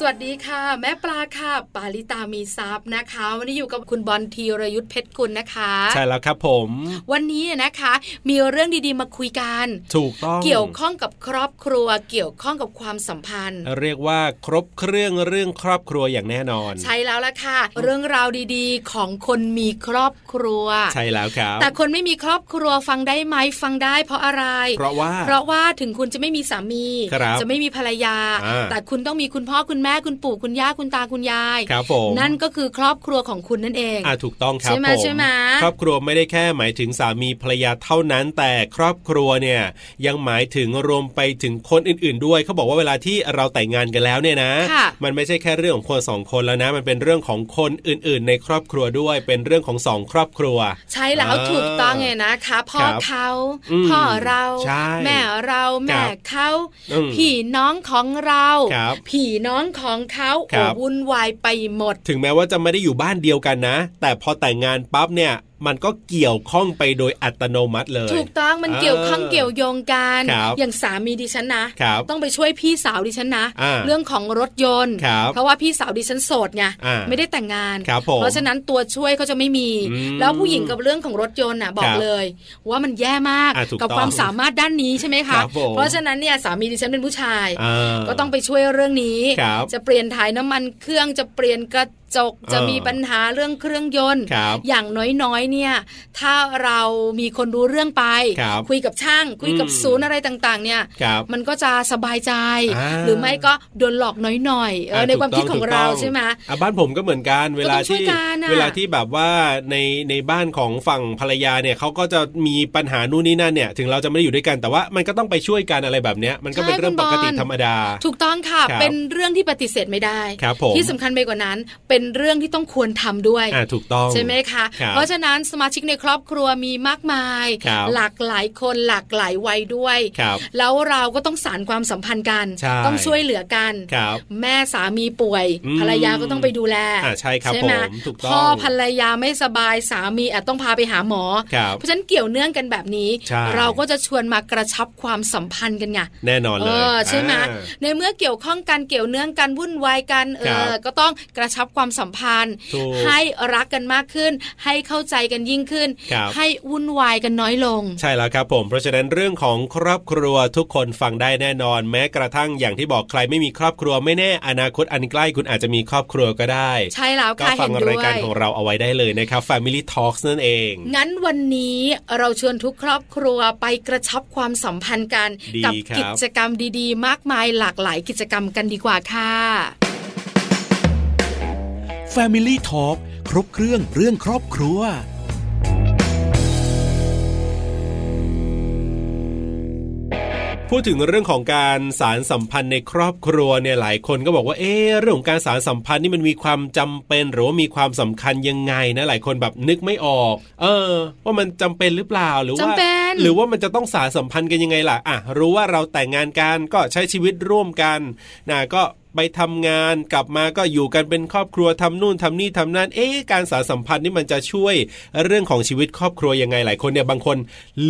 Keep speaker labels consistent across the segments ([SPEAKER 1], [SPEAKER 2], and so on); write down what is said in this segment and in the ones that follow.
[SPEAKER 1] สวัสดีค่ะ แม่ปลาค่ะ ปาลิตามีซับนะคะวันนี้อยู่กับคุณบอลธีรยุทธเพชรกุลนะคะ
[SPEAKER 2] ใช่แล้วครับผม
[SPEAKER 1] วันนี้นะคะ มีเรื่องดีๆมาคุยกัน
[SPEAKER 2] ถูกต้อง
[SPEAKER 1] เกี่ยวข้องกับครอบครัว เกี่ยวข้องกับความสัมพันธ์
[SPEAKER 2] เรียกว่าครบเครื่องเรื่องครอบครัวอย่างแน่นอน
[SPEAKER 1] ใช่แล้วล่ะค่ะ เรื่องราวดีๆ ของคนมีครอบครัว
[SPEAKER 2] ใช่แล้วครับ
[SPEAKER 1] แต่คนไม่มีครอบครัวฟังได้ไหมฟังได้เพราะอะไร
[SPEAKER 2] เพราะว่า
[SPEAKER 1] เพราะว่าถึงคุณจะไม่มีสามี
[SPEAKER 2] ครับ
[SPEAKER 1] จะไม่มีภรรยา
[SPEAKER 2] อ่า
[SPEAKER 1] แต่คุณต้องมีคุณพ่อคุณแม่คุณปู่คุณย่าคุณตาคุณยาย
[SPEAKER 2] ครับผม
[SPEAKER 1] นั่นก็คือครอบครัวของคุณนั่นเอง
[SPEAKER 2] อ่าถูกต้องครับ
[SPEAKER 1] ใช่ไหม
[SPEAKER 2] ผม
[SPEAKER 1] ใช่ไหม
[SPEAKER 2] ครอบครัวไม่ได้แค่หมายถึงสามีภรรยาเท่านั้น แต่ครอบครัวเนี่ยยังหมายถึงรวมไปถึงคนอื่น ๆ ด้วยเขาบอกว่าเวลาที่เราแต่งงานกันแล้วเนี่ยนะ
[SPEAKER 1] ค่ะ
[SPEAKER 2] มันไม่ใช่แค่เรื่องของคนสองคนแล้วนะ มันเป็นเรื่องของคนอื่น ๆ ในครอบครัวด้วย เป็นเรื่องของสองครอบครัว
[SPEAKER 1] ใช่แล้ว
[SPEAKER 2] อ่า
[SPEAKER 1] ถูกต้องเลยนะคะพ่อ
[SPEAKER 2] ครับ
[SPEAKER 1] เขา
[SPEAKER 2] อืม
[SPEAKER 1] พ่อเรา
[SPEAKER 2] ใช่
[SPEAKER 1] แม่เราแม่
[SPEAKER 2] ครับ
[SPEAKER 1] เขา
[SPEAKER 2] อืม
[SPEAKER 1] พี่น้องของเรา
[SPEAKER 2] ครับ
[SPEAKER 1] พี่น้องของเขา
[SPEAKER 2] ครั
[SPEAKER 1] โอ้
[SPEAKER 2] บ
[SPEAKER 1] วุ่นวายไปหมด
[SPEAKER 2] ถึงแม้ว่าจะไม่ได้อยู่บ้านเดียวกันนะ แต่พอแต่งงานปั๊บเนี่ย มันก็เกี่ยวข้องไปโดยอัตโนมัติเลย
[SPEAKER 1] ถูกต้องมัน
[SPEAKER 2] เออ
[SPEAKER 1] เกี่ยวข้องเกี่ยวโยงกัน
[SPEAKER 2] ครับ
[SPEAKER 1] อย่างสามีดิฉันนะครับ ต้องไปช่วยพี่สาวดิฉันนะ
[SPEAKER 2] อ่า
[SPEAKER 1] เรื่องของรถยนต์
[SPEAKER 2] ครับ
[SPEAKER 1] เพราะว่าพี่สาวดิฉันโสดไง
[SPEAKER 2] อ่า
[SPEAKER 1] ไม่ได้แต่งงาน
[SPEAKER 2] ครับผม
[SPEAKER 1] เพราะฉะนั้นตัวช่วยก็จะไม่มี
[SPEAKER 2] อืม
[SPEAKER 1] แล้วผู้หญิงกับเรื่องของรถยนต์น่ะบอ
[SPEAKER 2] ค
[SPEAKER 1] ก
[SPEAKER 2] รับ
[SPEAKER 1] เลย ว่ามันแย่มาก
[SPEAKER 2] อ่าถูก
[SPEAKER 1] กั
[SPEAKER 2] ต้อง
[SPEAKER 1] ความสามารถด้านนี้ใช่ไหม
[SPEAKER 2] ครั
[SPEAKER 1] คะ
[SPEAKER 2] บผม
[SPEAKER 1] เพราะฉะนั้นเนี่ยสามีดิฉันเป็นผู้ชาย
[SPEAKER 2] อ่า
[SPEAKER 1] ก็ต้องไปช่วยเรื่องนี้
[SPEAKER 2] ครับ
[SPEAKER 1] จะเปลี่ยนถ่ายน้ำมันเครื่องจะเปลี่ยนกระจกจะ
[SPEAKER 2] เออ
[SPEAKER 1] มีปัญหาเรื่องเครื่องยนต์
[SPEAKER 2] ครับ
[SPEAKER 1] อย่างน้อยๆเนี่ย ถ้าเรามีคนรู้เรื่องไป
[SPEAKER 2] ครับ
[SPEAKER 1] ยกับช่าง คุยกับ
[SPEAKER 2] อืม
[SPEAKER 1] ศูนย์อะไรต่างๆ เนี่ย
[SPEAKER 2] ครับ
[SPEAKER 1] มันก็จะสบายใจ
[SPEAKER 2] อ่า
[SPEAKER 1] หรือไม่ก็โดนหลอกน้อยๆเอออใน
[SPEAKER 2] ถูก
[SPEAKER 1] ความ
[SPEAKER 2] ต้
[SPEAKER 1] คิดของ
[SPEAKER 2] ถูก
[SPEAKER 1] เรา
[SPEAKER 2] ต้
[SPEAKER 1] ใช่ไหม
[SPEAKER 2] อ่ะบ้านผมก็เหมือนกันเวลา
[SPEAKER 1] ก็ต้องช่วย
[SPEAKER 2] ที่
[SPEAKER 1] กันอะ
[SPEAKER 2] เวลาที่แบบว่าในในบ้านของฝั่งภรรยาเนี่ยเขาก็จะมีปัญหานู่นนี่นั่นเนี่ย ถึงเราจะไม่ได้อยู่ด้วยกันแต่ว่ามันก็ต้องไปช่วยกันอะไรแบบเนี้ยมันก็เป็นเรื่องปกติธรรมดา
[SPEAKER 1] ถูกต้องค่ะ
[SPEAKER 2] ครับ
[SPEAKER 1] เป็นเรื่องที่ปฏิเสธไม่ได้
[SPEAKER 2] ครับผม
[SPEAKER 1] ที่สำคัญไปกว่านั้น เป็นเรื่องที่ต้องควรทำด้วย
[SPEAKER 2] อ่าถูกต้อง
[SPEAKER 1] ใช่ไหมคะ
[SPEAKER 2] ครับ
[SPEAKER 1] เพราะฉะนั้นสมาชิกในครอบครัวมีมากมาย
[SPEAKER 2] ครับ
[SPEAKER 1] หลากหลายคนหลากหลายวัยด้วย
[SPEAKER 2] ครับ
[SPEAKER 1] แล้วเราก็ต้องสารความสัมพันธ์กัน
[SPEAKER 2] ใช่
[SPEAKER 1] ต้องช่วยเหลือกัน
[SPEAKER 2] ครับ
[SPEAKER 1] แม่สามีป่วย
[SPEAKER 2] อืม
[SPEAKER 1] ภรรยาก็ต้องไปดูแล
[SPEAKER 2] อ่าใช่ครับ
[SPEAKER 1] ไห
[SPEAKER 2] ผมถูกต้อง
[SPEAKER 1] พ่อภรรยาไม่สบายสามีอาจต้องพาไปหาหมอ
[SPEAKER 2] ครับ
[SPEAKER 1] เพราะฉะนั้นเกี่ยวเนื่องกันแบบนี้
[SPEAKER 2] ใช่
[SPEAKER 1] เราก็จะชวนมากระชับความสัมพันธ์กันไง
[SPEAKER 2] แน่นอนเลย
[SPEAKER 1] เออใช่ไหมในเมื่อเกี่ยวข้องกันเกี่ยวเนื่องกันวุ่นวายกันเอ
[SPEAKER 2] ครับ
[SPEAKER 1] อก็ต้องกระชับความสัมพันธ์
[SPEAKER 2] ถูก
[SPEAKER 1] ให้รักกันมากขึ้น ให้เข้าใจกันยิ่งขึ้น
[SPEAKER 2] ครับ
[SPEAKER 1] ให้วุ่นวายกันน้อยลง
[SPEAKER 2] ใช่แล้วครับผม เพราะฉะนั้นเรื่องของครอบครัวทุกคนฟังได้แน่นอน แม้กระทั่งอย่างที่บอกใครไม่มีครอบครัวไม่แน่อนาคตอันใกล้คุณอาจจะมีครอบครัวก็ได้
[SPEAKER 1] ใช่แล้ว
[SPEAKER 2] ก็
[SPEAKER 1] ค่ะ
[SPEAKER 2] ฟั
[SPEAKER 1] เห็น
[SPEAKER 2] รา
[SPEAKER 1] ด้
[SPEAKER 2] ยว การ
[SPEAKER 1] ย
[SPEAKER 2] ของเราเอาไว้ได้เลยนะครับ Family Talks นั่นเอง
[SPEAKER 1] งั้นวันนี้เราชวนทุกครอบครัวไปกระชับความสัมพันธ์กัน
[SPEAKER 2] ดี
[SPEAKER 1] กั
[SPEAKER 2] ครับ
[SPEAKER 1] กิจกรรมดีๆ มากมายหลากหลายกิจกรรมกันดีกว่าค่ะ
[SPEAKER 3] Family Talk ครบเครื่องเรื่องครอบครัว
[SPEAKER 2] พูดถึงเรื่องของการสารสัมพันธ์ในครอบครัวเนี่ยหลายคนก็บอกว่าเอ๊ะเรื่องของการสารสัมพันธ์นี่มันมีความจำเป็นหรือว่ามีความสำคัญยังไงนะหลายคนแบบนึกไม่ออก เออ ว่ามันจำเป็นหรือเปล่าหรือว่า
[SPEAKER 1] จำเป็น
[SPEAKER 2] หรือว่ามันจะต้องสารสัมพันธ์กันยังไงล่ะอ่ะรู้ว่าเราแต่งงานกันก็ใช้ชีวิตร่วมกันนะก็ไปทำงานกลับมาก็อยู่กันเป็นครอบครัวทำนู่นทำนี่ทำนั่นเอ๊ะการสารสัมพันธ์นี่มันจะช่วย เรื่องของชีวิตครอบครัวยังไงหลายคนเนี่ยบางคน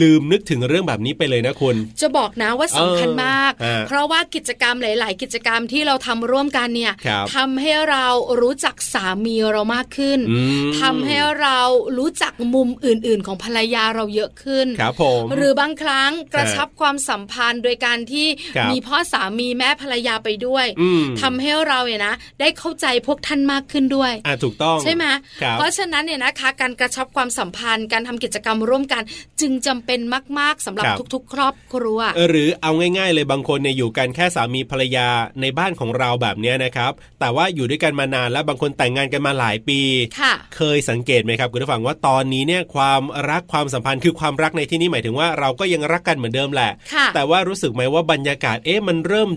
[SPEAKER 2] ลืมนึกถึงเรื่องแบบนี้ไปเลยนะคุณ
[SPEAKER 1] จะบอกนะว่าสำคัญมาก
[SPEAKER 2] เออฮะ
[SPEAKER 1] เพราะว่ากิจกรรมหลาย ๆ กิจกรรมที่เราทำร่วมกันเนี่ย
[SPEAKER 2] ครับ
[SPEAKER 1] ทำให้เรารู้จักสามีเรามากขึ้น
[SPEAKER 2] อืม
[SPEAKER 1] ทำให้เรารู้จักมุมอื่น ๆ ของภรรยาเราเยอะขึ้น
[SPEAKER 2] ครับผม
[SPEAKER 1] หรือบางครั้งกระชับความสัมพันธ์โดยการที่
[SPEAKER 2] ครับ
[SPEAKER 1] มีพ่อสามีแม่ภรรยาไปด้วย
[SPEAKER 2] อืม
[SPEAKER 1] ทำให้เราเนี่ยนะ ได้เข้าใจพวกท่านมากขึ้นด้วย
[SPEAKER 2] อ่ะถูกต้อง
[SPEAKER 1] ใช่ไหม
[SPEAKER 2] ครับ
[SPEAKER 1] เพราะฉะนั้นเนี่ยนะคะการกระชับความสัมพันธ์การทำกิจกรรมร่วมกัน จึงจำเป็นมาก ๆสำหรับ
[SPEAKER 2] ครับ
[SPEAKER 1] ทุก ๆ ครอบครัว
[SPEAKER 2] เออหรือเอาง่าย ๆ เลยบางคนเนี่ยอยู่กันแค่สามีภรรยาในบ้านของเราแบบเนี้ยนะครับ แต่ว่าอยู่ด้วยกันมานานแล้วบางคนแต่งงานกันมาหลายปี
[SPEAKER 1] ค่ะ
[SPEAKER 2] เคยสังเกตไหมครับคุณผู้ฟังว่าตอนนี้เนี่ยความรักความสัมพันธ์คือความรักในที่นี้หมายถึงว่าเราก็ยังรักกันเหมือนเดิมแหละ
[SPEAKER 1] ค่ะ
[SPEAKER 2] แต่ว่ารู้สึกไหมว่าบรรยากาศเอ๊ะมันเริ่ม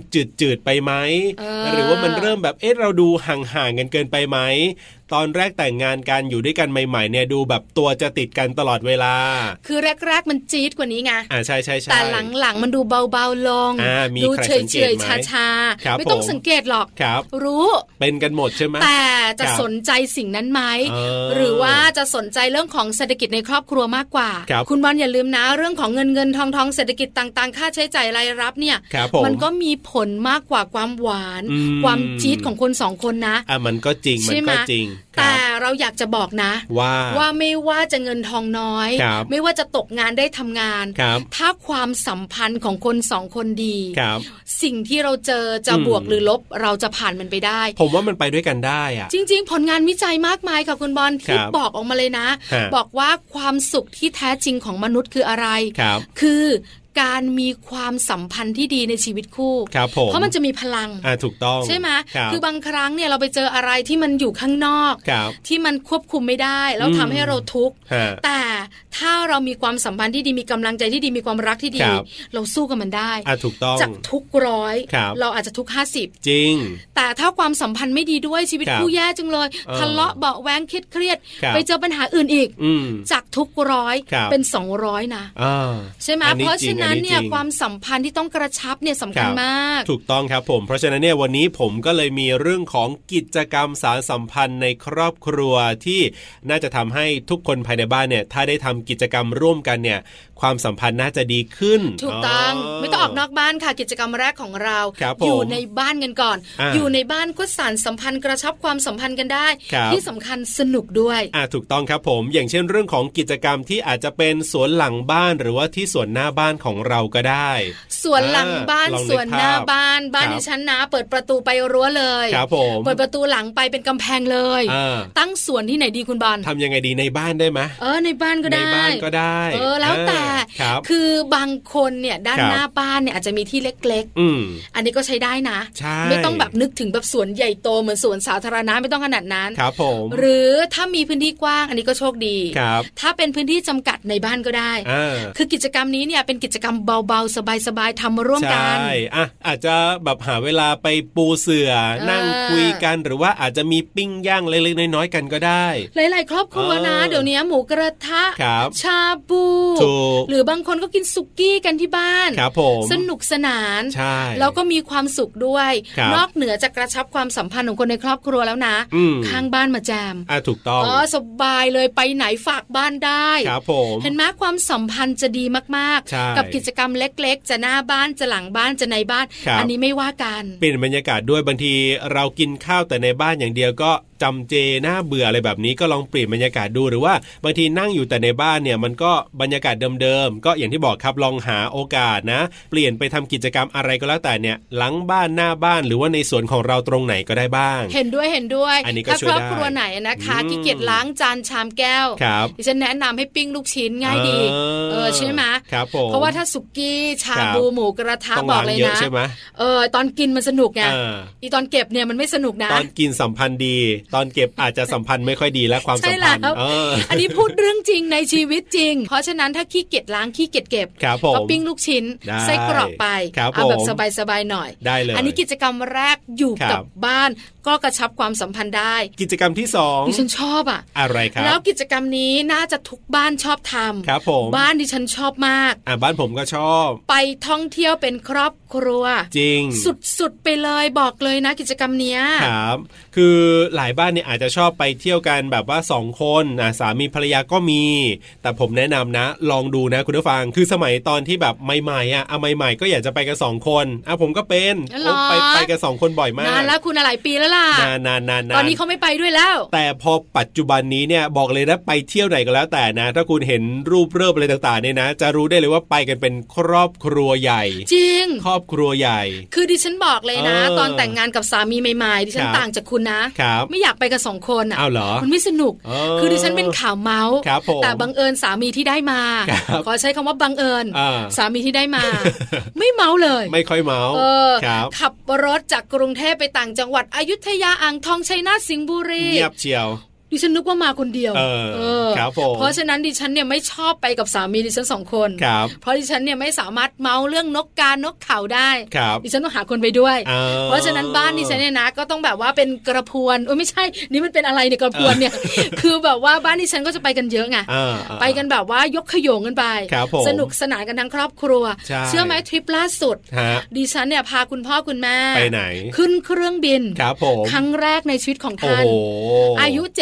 [SPEAKER 2] จืดๆไปไหม
[SPEAKER 1] เออ
[SPEAKER 2] หรือว่ามันเริ่มแบบเอ๊ะเราดูห่างๆกันเกินไปไหม ตอนแรกแต่งงานกันอยู่ด้วยกันใหม่ๆเนี่ยดูแบบตัวจะติดกันตลอดเวลา
[SPEAKER 1] คือแรกๆมันจี๊ดกว่านี้ไง
[SPEAKER 2] อ่าใช่ใช่ใช่
[SPEAKER 1] แต่หลังๆมันดูเบาๆลง
[SPEAKER 2] อ่ามี
[SPEAKER 1] ดู
[SPEAKER 2] ใคร
[SPEAKER 1] เฉ
[SPEAKER 2] สังเกต
[SPEAKER 1] ย
[SPEAKER 2] ไหม
[SPEAKER 1] ๆชา
[SPEAKER 2] ครับ
[SPEAKER 1] ๆ ไม่ต้อง
[SPEAKER 2] ผม
[SPEAKER 1] สังเกตหรอก
[SPEAKER 2] ครับ
[SPEAKER 1] รู้
[SPEAKER 2] เป็นกันหมดใช่ไหม
[SPEAKER 1] แต่จะ
[SPEAKER 2] ครับ
[SPEAKER 1] สนใจสิ่งนั้นไหม
[SPEAKER 2] เออ
[SPEAKER 1] หรือว่าจะสนใจเรื่องของเศรษฐกิจในครอบครัวมากกว่า
[SPEAKER 2] ครับ
[SPEAKER 1] ณบอลอย่าลืมนะ เรื่องของเงินเงินทองทองเศรษฐกิจต่างๆ ค่าใช้จ่ายรายรับเนี่ย
[SPEAKER 2] ครับผม
[SPEAKER 1] มันก็มีผลมากกว่าความหวาน
[SPEAKER 2] อืม
[SPEAKER 1] ความจี๊ดของคนสองคนนะ
[SPEAKER 2] อ่ะมันก็จริง มัน
[SPEAKER 1] ใช่ไหม
[SPEAKER 2] ก็จริงค
[SPEAKER 1] แต่
[SPEAKER 2] รับ
[SPEAKER 1] เราอยากจะบอกนะ
[SPEAKER 2] ว่า
[SPEAKER 1] ว่าไม่ว่าจะเงินทองน้อย
[SPEAKER 2] ครับ
[SPEAKER 1] ไม่ว่าจะตกงานได้ทำงาน
[SPEAKER 2] ครับ
[SPEAKER 1] ถ้าความสัมพันธ์ของคนสองคนดี
[SPEAKER 2] ครับ
[SPEAKER 1] สิ่งที่เราเจอจะ
[SPEAKER 2] อืม
[SPEAKER 1] บวกหรือลบเราจะผ่านมันไปได้
[SPEAKER 2] ผมว่ามันไปด้วยกันได้อ่ะ
[SPEAKER 1] จริง ๆ ผลงานวิจัยมากมายค่ะคุณบอลที่
[SPEAKER 2] ครับ
[SPEAKER 1] บอกออกมาเลยนะ
[SPEAKER 2] ฮะ
[SPEAKER 1] บอกว่าความสุขที่แท้จริงของมนุษย์คืออะไร
[SPEAKER 2] ครับ
[SPEAKER 1] คือการมีความสัมพันธ์ที่ดีในชีวิตคู่
[SPEAKER 2] ครับผม
[SPEAKER 1] เพราะมันจะมีพลัง
[SPEAKER 2] อ่ะถูกต้อง
[SPEAKER 1] ใช่ไหม
[SPEAKER 2] ครับ
[SPEAKER 1] อบางครั้งเนี่ยเราไปเจออะไรที่มันอยู่ข้างนอก
[SPEAKER 2] ครับ
[SPEAKER 1] ที่มันควบคุมไม่ได้ แล้ว
[SPEAKER 2] อืม
[SPEAKER 1] ทำให้เราทุกข์
[SPEAKER 2] ฮะ
[SPEAKER 1] แต่ถ้าเรามีความสัมพันธ์ที่ดีมีกำลังใจที่ดีมีความรักที่ดี
[SPEAKER 2] ครับ
[SPEAKER 1] เราสู้กับมันได้
[SPEAKER 2] อ่ะถูกต้อง
[SPEAKER 1] จากทุกร้อย
[SPEAKER 2] ครับ
[SPEAKER 1] เราอาจจะทุกห้าสิบ
[SPEAKER 2] จริง
[SPEAKER 1] แต่ถ้าความสัมพันธ์ไม่ดีด้วยชีวิต
[SPEAKER 2] ครับ
[SPEAKER 1] คู่แย่จังเลย
[SPEAKER 2] เออ
[SPEAKER 1] ทะเลาะเบาะแว้งเครียดเครียดๆ
[SPEAKER 2] ครับ
[SPEAKER 1] ไปเจอปัญหาอื่นอีก
[SPEAKER 2] อืม
[SPEAKER 1] จากทุกร้อย
[SPEAKER 2] ครับ
[SPEAKER 1] เป็นสองร้อยนะ
[SPEAKER 2] อ่า
[SPEAKER 1] ใช่ไหม
[SPEAKER 2] อั
[SPEAKER 1] เพราะ
[SPEAKER 2] จง
[SPEAKER 1] ฉะนั้น
[SPEAKER 2] อั
[SPEAKER 1] เนี่ย
[SPEAKER 2] จริง
[SPEAKER 1] ความสัมพันธ์ที่ต้องกระชับเนี่ยสำคัญ
[SPEAKER 2] ครับ
[SPEAKER 1] มาก
[SPEAKER 2] ถูกต้องครับผม เพราะฉะนั้นเนี่ยวันนี้ผมก็เลยมีเรื่องของกิจกรรมสารสัมพันธ์ในครอบครัวที่น่าจะทำให้ทุกคนภายในบ้านเนี่ย ถ้าได้ทำกิจกรรมร่วมกันเนี่ย ความสัมพันธ์น่าจะดีขึ้น
[SPEAKER 1] ถูกต้องไม่ต้องออกนอกบ้านค่ะกิจกรรมแรกของเรา
[SPEAKER 2] ครับผม
[SPEAKER 1] อยู่ในบ้านกันก่อน
[SPEAKER 2] อ่า
[SPEAKER 1] อยู่ในบ้านก็สานสัมพันธ์กระชับความสัมพันธ์กันได้
[SPEAKER 2] ครับ
[SPEAKER 1] ที่สำคัญสนุกด้วย
[SPEAKER 2] อ่าถูกต้องครับผม อย่างเช่นเรื่องของกิจกรรมที่อาจจะเป็นสวนหลังบ้านหรือว่าที่สวนหน้าบ้านของเราก็ได้
[SPEAKER 1] สวนหลังบ้าน
[SPEAKER 2] อ่าลองนึก
[SPEAKER 1] สวนหน้า
[SPEAKER 2] ภาพ
[SPEAKER 1] บ้านบ้าน
[SPEAKER 2] ครับ
[SPEAKER 1] ดิฉันนะ เปิดประตูไปรั้วเลย
[SPEAKER 2] ครับผม
[SPEAKER 1] เปิดประตูหลังไปเป็นกำแพงเลย
[SPEAKER 2] อ่า
[SPEAKER 1] ตั้งสวนที่ไหนดีคุณบอล
[SPEAKER 2] ทำยังไงดีในบ้านได้ไหม
[SPEAKER 1] เออในบ้านก็
[SPEAKER 2] ใน
[SPEAKER 1] ได้
[SPEAKER 2] บ้านก็ได้
[SPEAKER 1] เออแล้วแต่
[SPEAKER 2] อ่าครับ
[SPEAKER 1] อบางคนเนี่ยด้าน
[SPEAKER 2] ครับ
[SPEAKER 1] หน้าบ้านเนี่ยอาจจะมีที่เล็ก
[SPEAKER 2] อืม
[SPEAKER 1] ๆ อันนี้ก็ใช้ได้นะ
[SPEAKER 2] ใช่
[SPEAKER 1] ไม่ต้องแบบนึกถึงแบบสวนใหญ่โตเหมือนสวนสาธารณะไม่ต้องขนาดนั้น
[SPEAKER 2] ครับผม
[SPEAKER 1] หรือถ้ามีพื้นที่กว้างอันนี้ก็โชคดี
[SPEAKER 2] ครับ
[SPEAKER 1] ถ้าเป็นพื้นที่จำกัดในบ้านก็ได้
[SPEAKER 2] อ่า
[SPEAKER 1] คือกิจกรรมนี้เนี่ยเป็นกิจกรรมเบาๆ สบายๆทำร่วมกัน
[SPEAKER 2] ใช่อ่ะอาจจะแบบหาเวลาไปปูเสือ
[SPEAKER 1] เออ
[SPEAKER 2] นั่งคุยกันหรือว่าอาจจะมีปิ้งย่างเล็กๆน้อยๆกันก็ได้
[SPEAKER 1] หลายๆ ครอบครัวนะ
[SPEAKER 2] เออ
[SPEAKER 1] เดี๋ยวนี้หมูกระทะ
[SPEAKER 2] ครับ
[SPEAKER 1] ชาบู
[SPEAKER 2] ถูก
[SPEAKER 1] หรือบางคนก็กินสุกี้กันที่บ้าน
[SPEAKER 2] ครับผม
[SPEAKER 1] สนุกสนาน
[SPEAKER 2] ใช่
[SPEAKER 1] แล้วก็มีความสุขด้วย
[SPEAKER 2] ครับ
[SPEAKER 1] นอกเหนือจากกระชับความสัมพันธ์ของคนในครอบครัวแล้วนะ
[SPEAKER 2] อืม
[SPEAKER 1] ข้างบ้านมาแจม
[SPEAKER 2] อ่ะถูกต้อง
[SPEAKER 1] อ๋อสบายเลยไปไหนฝากบ้านได้
[SPEAKER 2] ครับผม
[SPEAKER 1] เห็นไหมความสัมพันธ์จะดีมาก
[SPEAKER 2] ใช่
[SPEAKER 1] ๆ กับกิจกรรมเล็ก ๆ จะหน้าบ้านจะหลังบ้านจะในบ้าน
[SPEAKER 2] ครับ
[SPEAKER 1] อันี้ไม่ว่ากัน
[SPEAKER 2] เปลี่ยนบรรยากาศด้วยบางทีเรากินข้าวแต่ในบ้านอย่างเดียวก็จำเจน่าเบื่ออะไรแบบนี้ก็ลองเปลี่ยนบรรยากาศดูหรือว่าบางทีนั่งอยู่แต่ในบ้านเนี่ยมันก็บรรยากาศเดิมๆก็อย่างที่บอกครับลองหาโอกาสนะ เปลี่ยนไปทำกิจกรรมอะไรก็แล้วแต่เนี่ยหลังบ้านหน้าบ้านหรือว่าในสวนของเราตรงไหนก็ได้บ้าง
[SPEAKER 1] เห็นด้วยเห็นด้วย
[SPEAKER 2] อันนี้ก็
[SPEAKER 1] ถ้า
[SPEAKER 2] ช่ว
[SPEAKER 1] ค
[SPEAKER 2] ย
[SPEAKER 1] รอบ
[SPEAKER 2] ได้
[SPEAKER 1] ครัวไหนนะคะ
[SPEAKER 2] อืม
[SPEAKER 1] ขี้เกียจล้างจานชามแก้ว
[SPEAKER 2] ครับ
[SPEAKER 1] ดิฉันแนะนำให้ปิ้งลูกชิ้นง่ายดีเออใช่ไหม
[SPEAKER 2] ครับผม
[SPEAKER 1] เพราะว่าถ้าสุกี้ชาบู
[SPEAKER 2] ครับ
[SPEAKER 1] หมูกระทะ
[SPEAKER 2] ต้อง
[SPEAKER 1] บอ
[SPEAKER 2] ล้าก ง
[SPEAKER 1] เลย
[SPEAKER 2] เยอะ
[SPEAKER 1] นะ
[SPEAKER 2] ใช่ไหม
[SPEAKER 1] เออตอนกินมันสนุกไง
[SPEAKER 2] เออ
[SPEAKER 1] อีตอนเก็บเนี่ยมันไม่สนุกนะ
[SPEAKER 2] ตอนกินสัมพันธ์ดี ตอนเก็บอาจจะสัมพันธ์ไม่ค่อยดีและความ
[SPEAKER 1] ใช่
[SPEAKER 2] สัมพันธ์
[SPEAKER 1] แล้ว
[SPEAKER 2] เออ
[SPEAKER 1] อันนี้พูดเรื่องจริงในชีวิตจริง เพราะฉะนั้นถ้าขี้เกียจล้างขี้เกียจเก็บ
[SPEAKER 2] ครับผม
[SPEAKER 1] ก็ปิ้งลูกชิ้น
[SPEAKER 2] ได้
[SPEAKER 1] ไส้กรอกไป
[SPEAKER 2] ครับ
[SPEAKER 1] เอาแบบ
[SPEAKER 2] ผม
[SPEAKER 1] สบายๆหน่อย
[SPEAKER 2] ได้เลย
[SPEAKER 1] อันนี้กิจกรรมแรกอยู่
[SPEAKER 2] ครับ
[SPEAKER 1] กับบ้าน ก็กระชับความสัมพันธ์ได้
[SPEAKER 2] กิจกรรมที่สอง
[SPEAKER 1] ดิฉันชอบอ่ะ
[SPEAKER 2] อะไรครั
[SPEAKER 1] แล้ว
[SPEAKER 2] บ
[SPEAKER 1] กิจกรรมนี้น่าจะทุกบ้านชอบทำ
[SPEAKER 2] ครับผม
[SPEAKER 1] บ้านดิฉันชอบมาก
[SPEAKER 2] อ่ะบ้านผมก็ชอบ
[SPEAKER 1] ไปท่องเที่ยวเป็นครอบครัว
[SPEAKER 2] จริง
[SPEAKER 1] สุดๆไปเลยบอกเลยนะกิจกรรมเนี้ย
[SPEAKER 2] ครับ คือหลายบ้านเนี่ยอาจจะชอบไปเที่ยวกันแบบว่าสองคนนะสามีภรรยาก็มี แต่ผมแนะนำนะ ลองดูนะคุณผู้ฟังคือสมัยตอนที่แบบใหม่ๆอ่ะอ่ะใหม่ๆก็อยากจะไปกันสองคนอ่ะผมก็เป็น
[SPEAKER 1] เหรอ
[SPEAKER 2] โอ้ไปไปกันสองคนบ่อยมาก
[SPEAKER 1] นานแล้วคุณอะหลายปีแล้วล่ะ
[SPEAKER 2] นานนานนาน
[SPEAKER 1] ตอนนี้เขาไม่ไปด้วยแล้ว
[SPEAKER 2] แต่พอปัจจุบันนี้เนี่ยบอกเลยนะไปเที่ยวไหนก็แล้วแต่นะ ถ้าคุณเห็นรูปเริ่มอะไรต่างๆเนี่ยนะ จะรู้ได้เลยว่าไปกันเป็นครอบครัวใหญ่
[SPEAKER 1] จริง
[SPEAKER 2] ครอบครัวใหญ่
[SPEAKER 1] คือดิฉันบอกเลยนะ
[SPEAKER 2] เออ
[SPEAKER 1] ตอนแต่งงานกับสามีใหม่ๆดิฉัน
[SPEAKER 2] ครับ
[SPEAKER 1] ต่างจากคุณนะ
[SPEAKER 2] ครับ
[SPEAKER 1] ไม่อยากไปกับสองคนอ่ะ
[SPEAKER 2] อ้าวเหรอ
[SPEAKER 1] มันไม่สนุก
[SPEAKER 2] เออ
[SPEAKER 1] คือดิฉันเป็นข่าวเมาส์
[SPEAKER 2] ครับผม
[SPEAKER 1] แต่บังเอิญสามีที่ได้มา
[SPEAKER 2] ครับ
[SPEAKER 1] ขอใช้คำว่าบังเอิญ
[SPEAKER 2] อ่า
[SPEAKER 1] สามีที่ได้ มา ไม่เมาส์เลย
[SPEAKER 2] ไม่ค่อยเมาส์
[SPEAKER 1] เออ
[SPEAKER 2] ครับ
[SPEAKER 1] ขับรถจากกรุงเทพไปต่างจังหวัดอยุธยาอ่างทองชัยนาทสิงห์บุรี
[SPEAKER 2] เงียบเชียว
[SPEAKER 1] ดิฉันนึกว่ามาคนเดียว
[SPEAKER 2] เออครับผม
[SPEAKER 1] เพราะฉะนั้นดิฉันเนี่ยไม่ชอบไปกับสามีดิฉันสองคน
[SPEAKER 2] ครับ
[SPEAKER 1] เพราะดิฉันเนี่ยไม่สามารถเมาเรื่องนกกานกเขาได้
[SPEAKER 2] ครับ
[SPEAKER 1] ดิฉันต้องหาคนไปด้วย
[SPEAKER 2] อ่
[SPEAKER 1] เพราะฉะนั้นบ้านดิฉันเนี่ยนะก็ต้องแบบว่าเป็นกระพวนโอ้ยไม่ใช่ นี่มันเป็นอะไรเนี่ยกระพวนเนี่ย คือแบบว่าบ้านดิฉันก็จะไปกันเยอะไง
[SPEAKER 2] อ่า
[SPEAKER 1] ไปกันแบบว่ายกขโยงกันไป
[SPEAKER 2] ครับผม
[SPEAKER 1] สนุกสนานกันทั้งครอบครัว
[SPEAKER 2] ใช่
[SPEAKER 1] เชื่อไหมทริปล่าสุด
[SPEAKER 2] ฮะ
[SPEAKER 1] ดิฉันเนี่ยพาคุณพ่อคุณแม่
[SPEAKER 2] ไปไหน
[SPEAKER 1] ขึ้นเครื่องบิน
[SPEAKER 2] ครับผม
[SPEAKER 1] ครั้งแรกในชีวิตของ
[SPEAKER 2] โอ้
[SPEAKER 1] ท่าน
[SPEAKER 2] โห
[SPEAKER 1] อายุ 70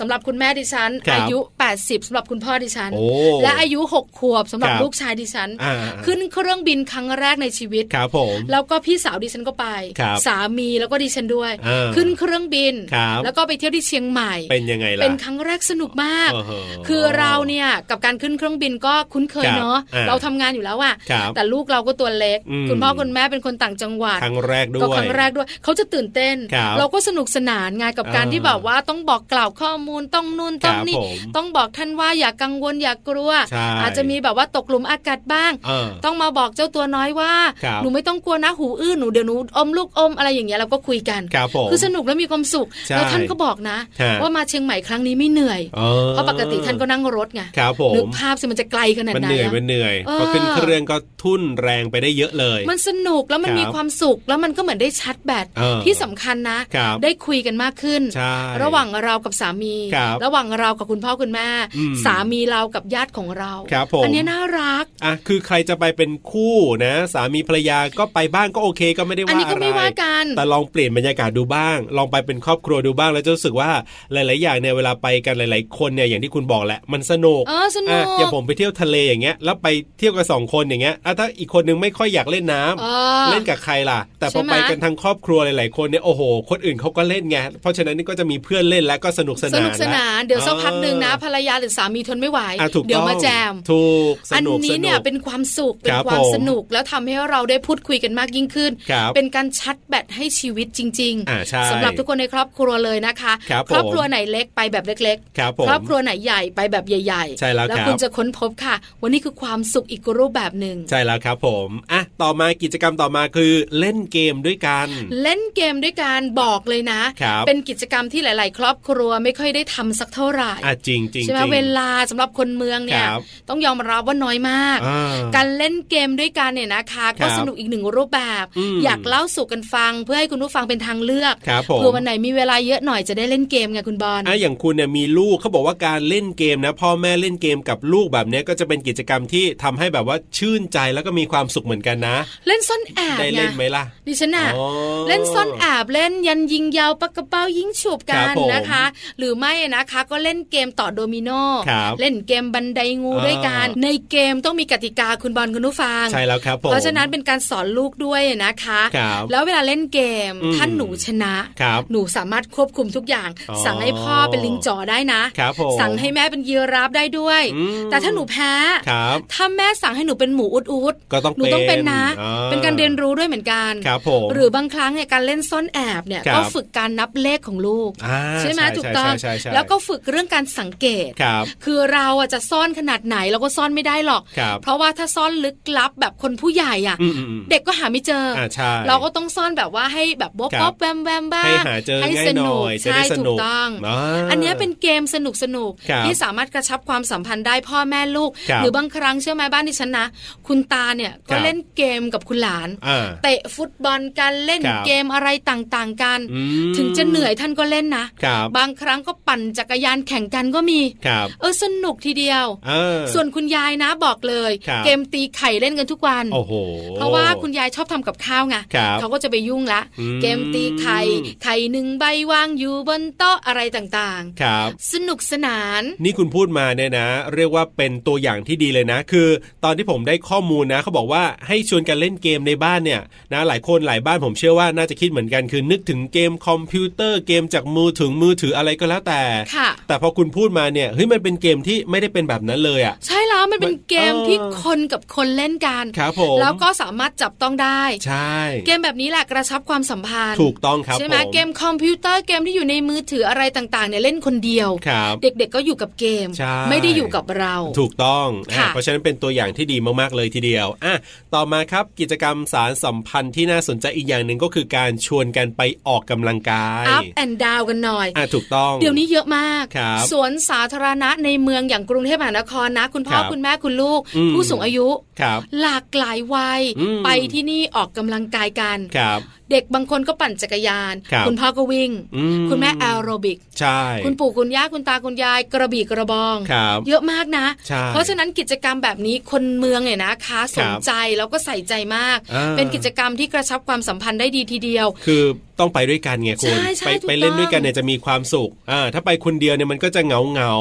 [SPEAKER 1] สำหรับคุณแม่ดิฉัน
[SPEAKER 2] ครับ
[SPEAKER 1] อายุ 80สำหรับคุณพ่อดิฉัน
[SPEAKER 2] โอ้
[SPEAKER 1] และอายุ 6 ขวบสำหรับ
[SPEAKER 2] ครับ
[SPEAKER 1] ลูกชายดิฉัน
[SPEAKER 2] อ่า
[SPEAKER 1] ขึ้นเครื่องบินครั้งแรกในชีวิต
[SPEAKER 2] ครับผม
[SPEAKER 1] แล้วก็พี่สาวดิฉันก็ไป
[SPEAKER 2] ครับ
[SPEAKER 1] สามีแล้วก็ดิฉันด้วย
[SPEAKER 2] อ่า
[SPEAKER 1] ขึ้นเครื่องบิน
[SPEAKER 2] ครับ
[SPEAKER 1] แล้วก็ไปเที่ยวที่เชียงใหม่
[SPEAKER 2] เป็นยังไงล่ะ
[SPEAKER 1] เป็นครั้งแรกสนุกมาก
[SPEAKER 2] โโห
[SPEAKER 1] คือเราเนี่ยกับการขึ้นเครื่องบินก็คุ้นเคย
[SPEAKER 2] ครับ
[SPEAKER 1] เนาะ
[SPEAKER 2] อ่า
[SPEAKER 1] เราทำงานอยู่แล้วอะ
[SPEAKER 2] ครับ
[SPEAKER 1] แต่ลูกเราก็ตัวเล็ก
[SPEAKER 2] อืม
[SPEAKER 1] คุณพ่อคุณแม่เป็นคนต่างจังหวัด
[SPEAKER 2] ครั้งแรกด้วย
[SPEAKER 1] ก็ครั้งแรกด้วย เขาจะตื่นเต้น
[SPEAKER 2] ครับ
[SPEAKER 1] เราก็สนุกสนานไงกับการ
[SPEAKER 2] อ่า
[SPEAKER 1] ที่แบบว่าต้องบอกกล่าวข้อมูลต้องนู่นต้องนี่
[SPEAKER 2] ครับผม
[SPEAKER 1] ต้องบอกท่านว่าอย่ากังวลอย่ากลัว
[SPEAKER 2] ใช่
[SPEAKER 1] อาจจะมีแบบว่าตกหลุมอากาศบ้าง
[SPEAKER 2] เออ
[SPEAKER 1] ต้องมาบอกเจ้าตัวน้อยว่า
[SPEAKER 2] ครับ
[SPEAKER 1] หนูไม่ต้องกลัวนะหูอื้อหนูเดี๋ยวหนูอมลูกอมอะไรอย่างเงี้ยเราก็คุยกัน
[SPEAKER 2] ครับผม
[SPEAKER 1] คือสนุกแล้วมีความสุข
[SPEAKER 2] ใช่
[SPEAKER 1] แล้วท่านก็บอกนะ
[SPEAKER 2] ฮะ
[SPEAKER 1] ว่ามาเชียงใหม่ครั้งนี้ไม่เหนื่อย
[SPEAKER 2] อ๋อ
[SPEAKER 1] เพราะปกติท่านก็นั่งรถไง
[SPEAKER 2] ครับผ
[SPEAKER 1] นึก
[SPEAKER 2] ม
[SPEAKER 1] ภาพสิมันจะไกลขนาด
[SPEAKER 2] มัน
[SPEAKER 1] ไหน
[SPEAKER 2] เหนื่อย
[SPEAKER 1] อะ
[SPEAKER 2] มันเหนื่อย
[SPEAKER 1] เออ
[SPEAKER 2] พอขึ้นเครื่องก็ทุ่นแรงไปได้เยอะเลย
[SPEAKER 1] มันสนุกแล้วมัน
[SPEAKER 2] ครับ
[SPEAKER 1] มีความสุขแล้วมันก็เหมือนได้ชาร์จแบต
[SPEAKER 2] เออ
[SPEAKER 1] ที่สำคัญนะ
[SPEAKER 2] ครับ
[SPEAKER 1] ได้คุยกันมากขึ้น
[SPEAKER 2] ใช่
[SPEAKER 1] ระหว่างเรากับสามี
[SPEAKER 2] ครับ
[SPEAKER 1] ระหว่างเรากับคุณพ่อคุณแม่
[SPEAKER 2] อืม
[SPEAKER 1] สามีเรากับญาติของเรา
[SPEAKER 2] ครับผม
[SPEAKER 1] อันเนี้ยน่ารัก
[SPEAKER 2] อ่ะคือใครจะไปเป็นคู่นะ สามีภรรยาก็ไปบ้างก็โอเคก็ไม่ได้
[SPEAKER 1] อัน
[SPEAKER 2] ว่า
[SPEAKER 1] นี้ก็
[SPEAKER 2] อะไร
[SPEAKER 1] ไม่ว่ากัน
[SPEAKER 2] แต่ลองเปลี่ยนบรรยากาศดูบ้าง ลองไปเป็นครอบครัวดูบ้างแล้วจะรู้สึกว่าหลาย ๆ อย่างเนี่ยเวลาไปกันหลาย ๆ คนเนี่ยอย่างที่คุณบอกแหละมันสนุก
[SPEAKER 1] เออสนุ
[SPEAKER 2] อ่ะ
[SPEAKER 1] ก
[SPEAKER 2] อย่างผมไปเที่ยวทะเลอย่างเงี้ย แล้วไปเที่ยวกับสองคนอย่างเงี้ยอ่ะถ้าอีกคนนึงไม่ค่อยอยากเล่นน้ำ
[SPEAKER 1] เออ
[SPEAKER 2] เล่นกับใครล่ะ แต่พอ
[SPEAKER 1] ใช่ไหม
[SPEAKER 2] ไปกันทั้งครอบครัวหลาย ๆ คนเนี่ยโอ้โห คนอื่นเขาก็เล่นไงเพราะฉะนั้นนี่ก็จะมีเพื่อนเล่นแล้วก็สนุกส
[SPEAKER 1] ส
[SPEAKER 2] นาน
[SPEAKER 1] นุกสนาน เดี๋ยวสักพักหนึ่งนะ
[SPEAKER 2] เออ
[SPEAKER 1] ภรรยาหรือสามีทนไม่ไหว
[SPEAKER 2] อ่ะถูกต้อง
[SPEAKER 1] เดี๋ยวมาแจม
[SPEAKER 2] ถูกส
[SPEAKER 1] อั
[SPEAKER 2] นุก
[SPEAKER 1] นี้เนี่ย
[SPEAKER 2] สก
[SPEAKER 1] เป็นความสุข เป็
[SPEAKER 2] คน รับ
[SPEAKER 1] ความ
[SPEAKER 2] ผม
[SPEAKER 1] สนุกแล้วทำให้เราได้พูดคุยกันมากยิ่งขึ้น
[SPEAKER 2] ครับ
[SPEAKER 1] เป็นการชัดแบตให้ชีวิตจริง
[SPEAKER 2] อ่าใช่
[SPEAKER 1] สำหรับทุกคนในครอบครัวเลยนะคะ
[SPEAKER 2] ครับผม
[SPEAKER 1] ครอบครัวไหนเล็กไปแบบเล็ก
[SPEAKER 2] ครับผม
[SPEAKER 1] ครอบครัวไหนใหญ่ไปแบบใหญ่ๆ
[SPEAKER 2] ใช่แล้ว
[SPEAKER 1] แล้ว
[SPEAKER 2] ครับ
[SPEAKER 1] คุณจะค้นพบค่ะ วันนี้คือความสุขอีกรูปแบบหนึ่ง
[SPEAKER 2] ใช่แล้วครับผมอ่ะต่อมากิจกรรมต่อมาคือเล่นเกมด้วยกัน
[SPEAKER 1] เล่นเกมด้วยการบอกเลยนะ
[SPEAKER 2] ครับ
[SPEAKER 1] เป็นกิจกรรมที่หลาย ๆ ครอบครัวไม่ค่อยได้ทำสักเท่าไหร่
[SPEAKER 2] อ่ะจริงจริง
[SPEAKER 1] ใช่ไหม
[SPEAKER 2] จริง
[SPEAKER 1] เวลาสำหรับคนเมืองเนี่ย
[SPEAKER 2] ครับ
[SPEAKER 1] ต้องยอมรับว่าน้อยมาก
[SPEAKER 2] อ่
[SPEAKER 1] การเล่นเกมด้วยกันเนี่ยนะคะ ก็สนุกอีกหนึ่งรูปแบบ
[SPEAKER 2] อืม
[SPEAKER 1] อยากเล่าสู่กันฟัง เพื่อให้คุณผู้ฟังเป็นทางเลือก
[SPEAKER 2] ครับผม
[SPEAKER 1] เผื่อวันไหนมีเวลาเยอะหน่อยจะได้เล่นเกมไงคุณบอล
[SPEAKER 2] อ่ะอย่างคุณเนี่ยมีลูกเขาบอกว่าการเล่นเกมนะพ่อแม่เล่นเกมกับลูกแบบเนี้ยก็จะเป็นกิจกรรมที่ทำให้แบบว่าชื่นใจแล้วก็มีความสุขเหมือนกันนะ
[SPEAKER 1] เล่นซ่อนแอบ
[SPEAKER 2] ได้
[SPEAKER 1] ไง
[SPEAKER 2] เล่นไหมล่ะ
[SPEAKER 1] ดิฉันอะ
[SPEAKER 2] อ๋อ
[SPEAKER 1] เล่นซ่อนแอบเล่นยันยิงยาวปากกระเป้ายิงฉูบกั
[SPEAKER 2] ครั
[SPEAKER 1] น
[SPEAKER 2] บผม
[SPEAKER 1] นะคะ หรือไม่นะคะก็เล่นเกมต่อโดมิโน
[SPEAKER 2] ครับ
[SPEAKER 1] เล่นเกมบันไดงู
[SPEAKER 2] อ่า
[SPEAKER 1] ด้วยกัน ในเกมต้องมีกติกาคุณบอลคุณผู้ฟัง
[SPEAKER 2] ใช่แล้วครับผม
[SPEAKER 1] เพราะฉะนั้นเป็นการสอนลูกด้วยนะคะ
[SPEAKER 2] ครับ
[SPEAKER 1] แล้วเวลาเล่นเกม
[SPEAKER 2] อืม
[SPEAKER 1] ท่านหนูชนะ
[SPEAKER 2] ครับ
[SPEAKER 1] หนูสามารถควบคุมทุกอย่าง
[SPEAKER 2] อ๋อ
[SPEAKER 1] สั่งให้พ่อเป็นลิงจ๋อได้นะ
[SPEAKER 2] ครับผม
[SPEAKER 1] สั่งให้แม่เป็นยีราฟได้ด้วย
[SPEAKER 2] อืม
[SPEAKER 1] แต่ถ้าหนูแพ้
[SPEAKER 2] ครับ
[SPEAKER 1] ถ้าแม่สั่งให้หนูเป็นหมูอุดอุด
[SPEAKER 2] ก็ต้อง
[SPEAKER 1] หนูต้องเป็นนะ
[SPEAKER 2] อ่
[SPEAKER 1] เป็นการเรียนรู้ด้วยเหมือนกัน
[SPEAKER 2] ครับผม
[SPEAKER 1] หรือบางครั้งเนี่ยการเล่นซ่อนแอบเนี่ย
[SPEAKER 2] ครับ
[SPEAKER 1] ก็ฝึกการนับเลขของลูก
[SPEAKER 2] อ่า
[SPEAKER 1] ใช่ไหมถูกต้อง
[SPEAKER 2] ใช่ใช่ใช่
[SPEAKER 1] แล้วก็ฝึกเรื่องการสังเกต
[SPEAKER 2] ครับ
[SPEAKER 1] คือเราอ่ะจะซ่อนขนาดไหนเราก็ซ่อนไม่ได้หรอก
[SPEAKER 2] ครับ
[SPEAKER 1] เพราะว่าถ้าซ่อนลึกลับแบบคนผู้ใหญ่อ่ะ
[SPEAKER 2] อืมอืมอืม
[SPEAKER 1] เด็กก็หาไม่เจออ
[SPEAKER 2] อ่าใช่
[SPEAKER 1] เราก็ต้องซ่อนแบบว่าให้แบบบ๊อบ
[SPEAKER 2] ครับ
[SPEAKER 1] บ๊อบแวมแวมบ้าง
[SPEAKER 2] ให้หาเจอ
[SPEAKER 1] ให้
[SPEAKER 2] ง่าย
[SPEAKER 1] ส
[SPEAKER 2] ห
[SPEAKER 1] นุ
[SPEAKER 2] น่
[SPEAKER 1] ก
[SPEAKER 2] อยจะ
[SPEAKER 1] ใช่
[SPEAKER 2] ได้ส
[SPEAKER 1] ถู
[SPEAKER 2] นุ
[SPEAKER 1] ก
[SPEAKER 2] ก
[SPEAKER 1] ต้อง
[SPEAKER 2] า
[SPEAKER 1] อันเนี้ยเป็นเกมสนุกสนุกๆ
[SPEAKER 2] ครับ
[SPEAKER 1] ที่สามารถกระชับความสัมพันธ์ได้พ่อแม่ลูก
[SPEAKER 2] ครับ
[SPEAKER 1] หรือบางครั้งเชื่อไหมบ้านที่ฉันนะ คุณตาเนี่ย
[SPEAKER 2] ครั
[SPEAKER 1] ก็
[SPEAKER 2] บ
[SPEAKER 1] เล่นเกมกับคุณหลาน
[SPEAKER 2] อ่า
[SPEAKER 1] เตะฟุตบอลกันเล่น
[SPEAKER 2] ครับ
[SPEAKER 1] เกมอะไรต่างๆกัน
[SPEAKER 2] อืม
[SPEAKER 1] ถึงจะเหนื่อยท่านก็เล่นนะ
[SPEAKER 2] ครับ
[SPEAKER 1] บางครั้งก็ปั่นจักรยานแข่งกันก็มี
[SPEAKER 2] ครับ
[SPEAKER 1] เออสนุกทีเดียว
[SPEAKER 2] เออ
[SPEAKER 1] ส่วนคุณยายนะบอกเลย
[SPEAKER 2] ครับ
[SPEAKER 1] เกมตีไข่เล่นกันทุกวัน
[SPEAKER 2] โอ้โห
[SPEAKER 1] เพราะว่าคุณยายชอบทำกับข้าวไง
[SPEAKER 2] ครับ
[SPEAKER 1] เขาก็จะไปยุ่งละ
[SPEAKER 2] อืม
[SPEAKER 1] เกมตีไข่ ไข่หนึ่งใบวางอยู่บนโต๊ะอะไรต่าง
[SPEAKER 2] ครับ
[SPEAKER 1] ๆ สนุกสนาน
[SPEAKER 2] นี่คุณพูดมาเนี่ยนะ เรียกว่าเป็นตัวอย่างที่ดีเลยนะ คือ ตอนที่ผมได้ข้อมูลนะเขาบอกว่าให้ชวนกันเล่นเกมในบ้านเนี่ยนะหลายคนหลายบ้านผมเชื่อว่าน่าจะคิดเหมือนกันคือ นึกถึงเกมคอมพิวเตอร์เกมจากมือถึงมือถืออะไรก็แล้วแต่
[SPEAKER 1] ค่ะ
[SPEAKER 2] แต่พอคุณพูดมาเนี่ยเฮ้ยมันเป็นเกมที่ไม่ได้เป็นแบบนั้นเลยอ่ะ
[SPEAKER 1] ใช่แล้วมันเป็น
[SPEAKER 2] มัน
[SPEAKER 1] เกม
[SPEAKER 2] เออ
[SPEAKER 1] ที่คนกับคนเล่นกัน
[SPEAKER 2] ครับผม
[SPEAKER 1] แล้วก็สามารถจับต้องได้
[SPEAKER 2] ใช่
[SPEAKER 1] เกมแบบนี้แหละกระชับความสัมพันธ์
[SPEAKER 2] ถูกต้องครับ
[SPEAKER 1] ใช่ไหม
[SPEAKER 2] ผ
[SPEAKER 1] เกมคอมพิวเตอร์เกมที่อยู่ในมือถืออะไรต่างๆเนี่ยเล่นคนเดียว
[SPEAKER 2] ครับ
[SPEAKER 1] เด็กๆก็อยู่กับเกม
[SPEAKER 2] ใช่
[SPEAKER 1] ไม่ได้อยู่กับเรา
[SPEAKER 2] ถูกต้องอ่ะ
[SPEAKER 1] ค่ะ
[SPEAKER 2] เพราะฉะนั้นเป็นตัวอย่างที่ดีมากๆเลยทีเดียวอ่ะต่อมา ครับ กิจกรรมสารสัมพันธ์ที่น่าสนใจอีกอย่างหนึ่งก็คือการชวนกันไปออกกำลังกาย
[SPEAKER 1] อัพแอนดาวกันหน่อย
[SPEAKER 2] อ่ะถูกต้อง
[SPEAKER 1] เดี๋ยวนี้เยอะมาก
[SPEAKER 2] ครับ
[SPEAKER 1] สวนสาธารณะในเมืองอย่างกรุงเทพมหานครนะ คุณพ่อ
[SPEAKER 2] ครับ
[SPEAKER 1] คุณแม่คุณลูก
[SPEAKER 2] อืม
[SPEAKER 1] ผู้สูงอายุ
[SPEAKER 2] ครับ
[SPEAKER 1] หลากหลายวัย
[SPEAKER 2] อืม
[SPEAKER 1] ไปที่นี่ออกกำลังกายกัน
[SPEAKER 2] ครับ
[SPEAKER 1] เด็กบางคนก็ปั่นจักรยาน
[SPEAKER 2] ครับ
[SPEAKER 1] คุณพ่อก็วิ่ง
[SPEAKER 2] อื
[SPEAKER 1] คุณแม่แอโรบิก
[SPEAKER 2] ใช่
[SPEAKER 1] คุณปู่คุณย่าคุณตาคุณยายกระบี่กระบอง
[SPEAKER 2] ครับ
[SPEAKER 1] เยอะมากนะ
[SPEAKER 2] ใช่
[SPEAKER 1] เพราะฉะนั้นกิจกรรมแบบนี้คนเมืองเนี่ยนะคะสนใจแล้วก็ใส่ใจมาก
[SPEAKER 2] อ่า
[SPEAKER 1] เป็นกิจกรรมที่กระชับความสัมพันธ์ได้ดีทีเดียว
[SPEAKER 2] คือต้องไปด้วยกันไงคุณ
[SPEAKER 1] ใช่ใช่
[SPEAKER 2] ไป
[SPEAKER 1] ถูก
[SPEAKER 2] ไปเล่น
[SPEAKER 1] ต้อง
[SPEAKER 2] ด้วยกันเนี่ยจะมีความสุขอ่าถ้าไปคนเดียวเนี่ยมันก็จะเหงาเหงา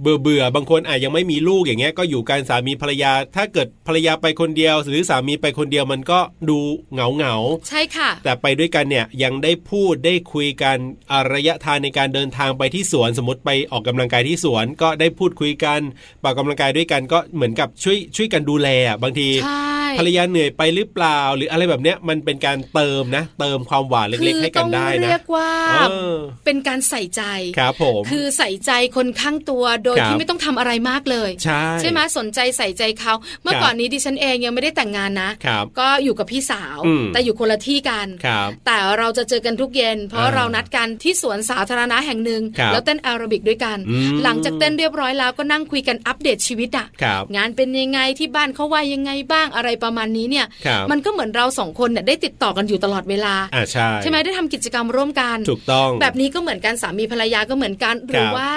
[SPEAKER 2] เบื่อเบื่อๆบางคนอาจยังไม่มีลูกอย่างเงี้ยก็อยู่กันสามีภรรยา ถ้าเกิดภรรยาไปคนเดียว หรือสามีไปคนเดียวมันก็ดูเหงาเหงาๆ
[SPEAKER 1] ใช่ค่ะ
[SPEAKER 2] แต่ไปด้วยกันเนี่ยยังได้พูดได้คุยกันอ่าระยะทางในการเดินทางไปที่สวนสมมติไปออกกำลังกายที่สวน ก็ได้พูดคุยกันปอกกำลังกายด้วยกันก็เหมือนกับช่วยช่วยกันดูแลอ่ะบางที
[SPEAKER 1] ใช่
[SPEAKER 2] ภรรยาเหนื่อยไปหรือเปล่า หรืออะไรแบบเนี้ยมันเป็นการเติมนะ เติมความหวานเล็กๆ ให้กันได้
[SPEAKER 1] คือต้อง
[SPEAKER 2] นะ
[SPEAKER 1] เรียกว่า
[SPEAKER 2] เออ
[SPEAKER 1] เป็นการใส่ใจ
[SPEAKER 2] ครับผม
[SPEAKER 1] คือใส่ใจคนข้างตัวโดย
[SPEAKER 2] ครับ
[SPEAKER 1] ที่ไม่ต้องทำอะไรมากเลย
[SPEAKER 2] ใช่
[SPEAKER 1] ใช่ไหมสนใจใส่ใจเขาเมื่อ
[SPEAKER 2] ครับ
[SPEAKER 1] ก่อนนี้ดิฉันเองยังไม่ได้แต่งงานนะ
[SPEAKER 2] ครับ
[SPEAKER 1] ก็อยู่กับพี่สาว
[SPEAKER 2] อืม
[SPEAKER 1] แต่อยู่คนละที่กัน
[SPEAKER 2] ครับ
[SPEAKER 1] แต่เราจะเจอกันทุกเย็น เพราะ
[SPEAKER 2] อ่า
[SPEAKER 1] เรานัดกันที่สวนสาธารณะแห่งหนึ่ง
[SPEAKER 2] ครับ
[SPEAKER 1] แล้วเต้นแอโรบิกด้วยกัน
[SPEAKER 2] อืม
[SPEAKER 1] หลังจากเต้นเรียบร้อยแล้วก็นั่งคุยกันอัปเดตชีวิตอะ
[SPEAKER 2] ครับ
[SPEAKER 1] งานเป็นยังไงที่บ้านเขาว่ายังไงบ้างอะไรประมาณนี้เนี่ย
[SPEAKER 2] ครับ
[SPEAKER 1] มันก็เหมือนเราสองคนเนี่ยได้ติดต่อกันอยู่ตลอดเวลา
[SPEAKER 2] อ่าใช่
[SPEAKER 1] ใช่ไหมได้ทำกิจกรรมร่วมกัน
[SPEAKER 2] ถูกต้อง
[SPEAKER 1] แบบนี้ก็เหมือนกันสามีภรรยาก็เหมือนกัน หรือ
[SPEAKER 2] ครับ
[SPEAKER 1] ว่า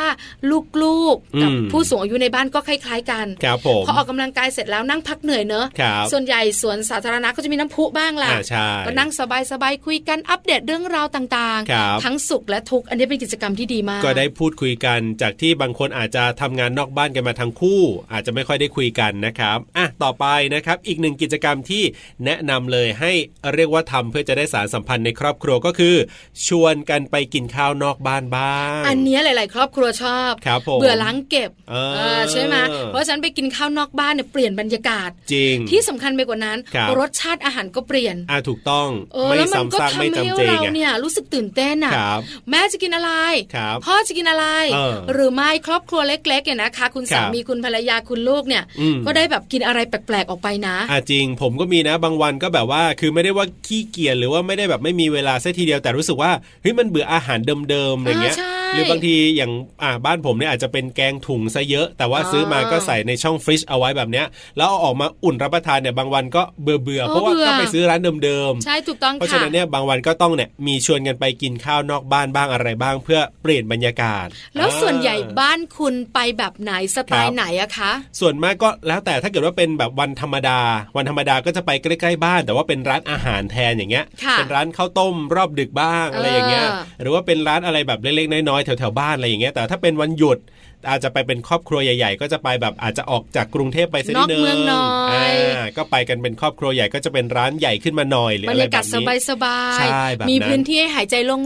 [SPEAKER 1] ลูกๆกับ
[SPEAKER 2] อืม
[SPEAKER 1] ผู้สูงอายุในบ้านก็คล้าย ๆ กัน
[SPEAKER 2] ครับผม
[SPEAKER 1] พอออกกำลังกายเสร็จแล้วนั่งพักเหนื่อยเนอะ
[SPEAKER 2] ครับ
[SPEAKER 1] ส่วนใหญ่สวนสาธารณะก็จะมีน้ำพุบ้างล่ะ
[SPEAKER 2] อ่าใช่
[SPEAKER 1] ก็นั่งสบายๆคุยกันอัปเดตเรื่องราวต่าง
[SPEAKER 2] ครับ
[SPEAKER 1] ทั้งสุขและทุกข์อันนี้เป็นกิจกรรมที่ดีมาก
[SPEAKER 2] ก็ได้พูดคุยกันจากที่บางคนอาจจะทำงานนอกบ้านกันมาทั้งคู่ อาจจะไม่ค่อยได้คุยกันนะครับอ่ะต่อไปนะครับ อีกหนึ่งกิจกรรมที่แนะนำเลยให้เรียกว่าทำเพื่อจะได้สารสัมพันธ์ในครอบครัวก็คือ ชวนกันไปกินข้าวนอกบ้านบ้าง
[SPEAKER 1] อันเนี้ยหลาย ๆ ครอบครัวชอบ
[SPEAKER 2] ครับผม
[SPEAKER 1] เบื่อล้างเก็บ
[SPEAKER 2] เออ
[SPEAKER 1] เออใช่ไหมเพราะฉะนันไปกินข้าวนอกบ้านเนี่ยเปลี่ยนบรรยากาศ
[SPEAKER 2] จริง
[SPEAKER 1] ที่สำคัญไปกว่านั้น
[SPEAKER 2] ครับ
[SPEAKER 1] รสชาติอาหารก็เปลี่ยน
[SPEAKER 2] อ่ะถูกต้อง
[SPEAKER 1] เออ
[SPEAKER 2] ไม่
[SPEAKER 1] แล้วมันก็
[SPEAKER 2] ซ้ำซากไม่
[SPEAKER 1] ทำให้
[SPEAKER 2] จำเจ
[SPEAKER 1] เรา
[SPEAKER 2] ไง
[SPEAKER 1] เนี่ยรู้สึกตื่นเต้นอ่ะ
[SPEAKER 2] ครับ
[SPEAKER 1] แม่จะกินอะไร
[SPEAKER 2] ครับ
[SPEAKER 1] พ่อจะกินอะไร
[SPEAKER 2] เออ
[SPEAKER 1] หรือไม่ครอบครัวเล็กๆเนี่ยนะคะ คุณ
[SPEAKER 2] ครั
[SPEAKER 1] สา
[SPEAKER 2] บ
[SPEAKER 1] มีคุณภรรยาคุณลูกเนี่ย
[SPEAKER 2] อืม
[SPEAKER 1] ก็ได้แบบกินอะไรแปลกๆออกไปนะ
[SPEAKER 2] อ่ะจริงผมก็มีนะบางวันก็แบบว่าคือไม่ได้ว่าขี้เกียจหรือว่าไม่ได้แบบไม่มีเวลาซะทีเดียวแต่รู้สึกว่าเฮ้ยมันเบื่ออาหารเดิมๆอะไรเงี้ย
[SPEAKER 1] อ่าใช่
[SPEAKER 2] หรือบางทีอย่างอ่าบ้านผมเนี่ยอาจจะเป็นแกงถุงซะเยอะ แต่ว่า
[SPEAKER 1] อ๋อ
[SPEAKER 2] ซื้อมาก็ใส่ในช่องฟรีซเอาไว้แบบเนี้ยแล้วเอาออกมาอุ่นรับประทานเนี่ยบางวันก็เบื่อเบื่อๆ
[SPEAKER 1] เออ
[SPEAKER 2] เพราะว่า
[SPEAKER 1] เบื่อ
[SPEAKER 2] ก็ไปซื้อร้านเดิม
[SPEAKER 1] ใช่ถูกต้อง
[SPEAKER 2] ๆ
[SPEAKER 1] ค่ะ
[SPEAKER 2] เพราะฉะนั้นเนี่ยบางวันก็ต้องเนี่ยมีชวนกันไปกินข้าวนอกบ้านบ้างอะไรบ้าง เพื่อเปลี่ยนบรรยากาศ
[SPEAKER 1] แล้วส่วนใหญ่
[SPEAKER 2] อ่า
[SPEAKER 1] บ้านคุณไปแบบไหนสไต
[SPEAKER 2] ครั
[SPEAKER 1] ล์
[SPEAKER 2] บ
[SPEAKER 1] ไหนอะคะ
[SPEAKER 2] ส่วนมากก็แล้วแต่ถ้าเกิดว่าเป็นแบบวันธรรมดา วันธรรมดาก็จะไปใกล้ๆบ้าน แต่ว่าเป็นร้านอาหารแทนอย่างเงี้ย
[SPEAKER 1] ค่ะ
[SPEAKER 2] เป็นร้านข้าวต้มรอบดึกบ้าง
[SPEAKER 1] เอออ
[SPEAKER 2] อะไรอย่างเงี้ยหรือว่าเป็นร้านอะไรแบบเล็กๆน้อยๆแถวๆบ้านอะไรอย่างเงี้ยแต่ถ้าเป็นวันหยุดอาจจะไปเป็นครอบครัวใหญ่ ๆ ก็จะไปแบบอาจจะออกจากกรุงเทพไปสักนิดนึ
[SPEAKER 1] นอกเมืองหน่อย
[SPEAKER 2] าก็ไปกันเป็นครอบครัวใหญ่ก็จะเป็นร้านใหญ่ขึ้นมาหน่อยหรือบ
[SPEAKER 1] ร
[SPEAKER 2] อะ
[SPEAKER 1] ร
[SPEAKER 2] ไร
[SPEAKER 1] ยา
[SPEAKER 2] แบ
[SPEAKER 1] กาศ
[SPEAKER 2] บ
[SPEAKER 1] ส
[SPEAKER 2] นี้
[SPEAKER 1] บายสบา
[SPEAKER 2] ใช่
[SPEAKER 1] ย
[SPEAKER 2] แบบ
[SPEAKER 1] มี
[SPEAKER 2] นั้น
[SPEAKER 1] พื้นที่ให้หายใจโล่ง